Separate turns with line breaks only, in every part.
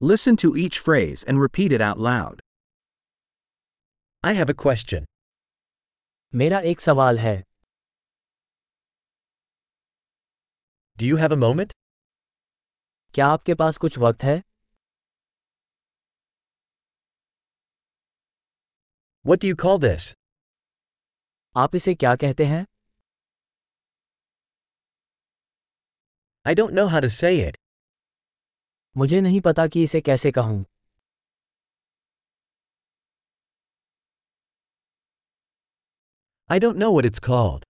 Listen to each phrase and repeat it out loud.
I have a question.
मेरा एक सवाल है
Do you have a moment?
क्या आपके पास कुछ वक्त है
What do you call this?
आप इसे क्या कहते हैं
I don't know how to say it.
मुझे नहीं पता कि इसे कैसे कहूँ
I don't know what it's called.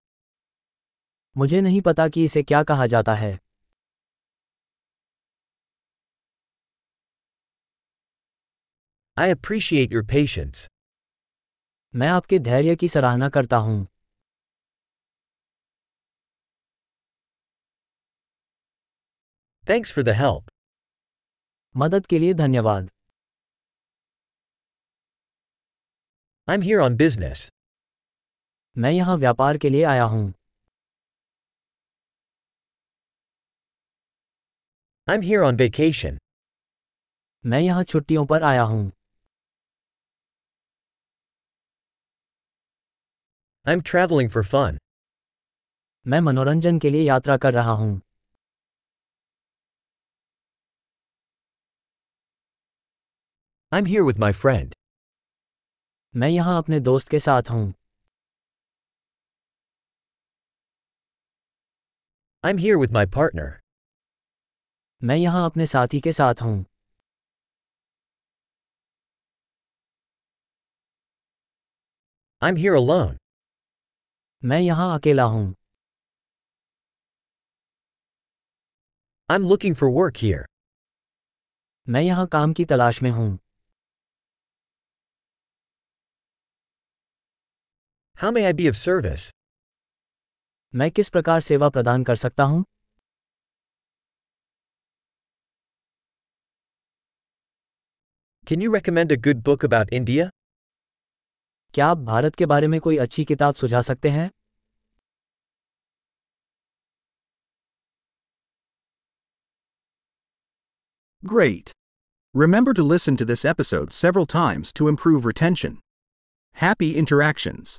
मुझे नहीं पता कि इसे क्या कहा जाता है
I appreciate your patience.
मैं आपके धैर्य की सराहना करता हूँ
Thanks for the help.
मदद के लिए धन्यवाद
I'm here on business.
मैं यहाँ व्यापार के लिए आया हूँ
I'm here on vacation.
मैं यहाँ छुट्टियों पर आया हूँ
I'm traveling for fun.
मैं मनोरंजन के लिए यात्रा कर रहा हूँ
I'm here with my friend.
मैं यहाँ अपने दोस्त के साथ हूँ
I'm here with my partner.
मैं यहाँ अपने साथी के साथ हूँ
I'm here alone.
मैं यहाँ अकेला हूँ
I'm looking for work here.
मैं यहाँ काम की तलाश में हूँ
How may I be of service?
मैं किस प्रकार सेवा प्रदान कर सकता हूँ
Can you recommend a good book about India?
क्या आप भारत के बारे में कोई अच्छी किताब सुझा सकते हैं
Great! Remember to listen to this episode several times to improve retention. Happy interactions!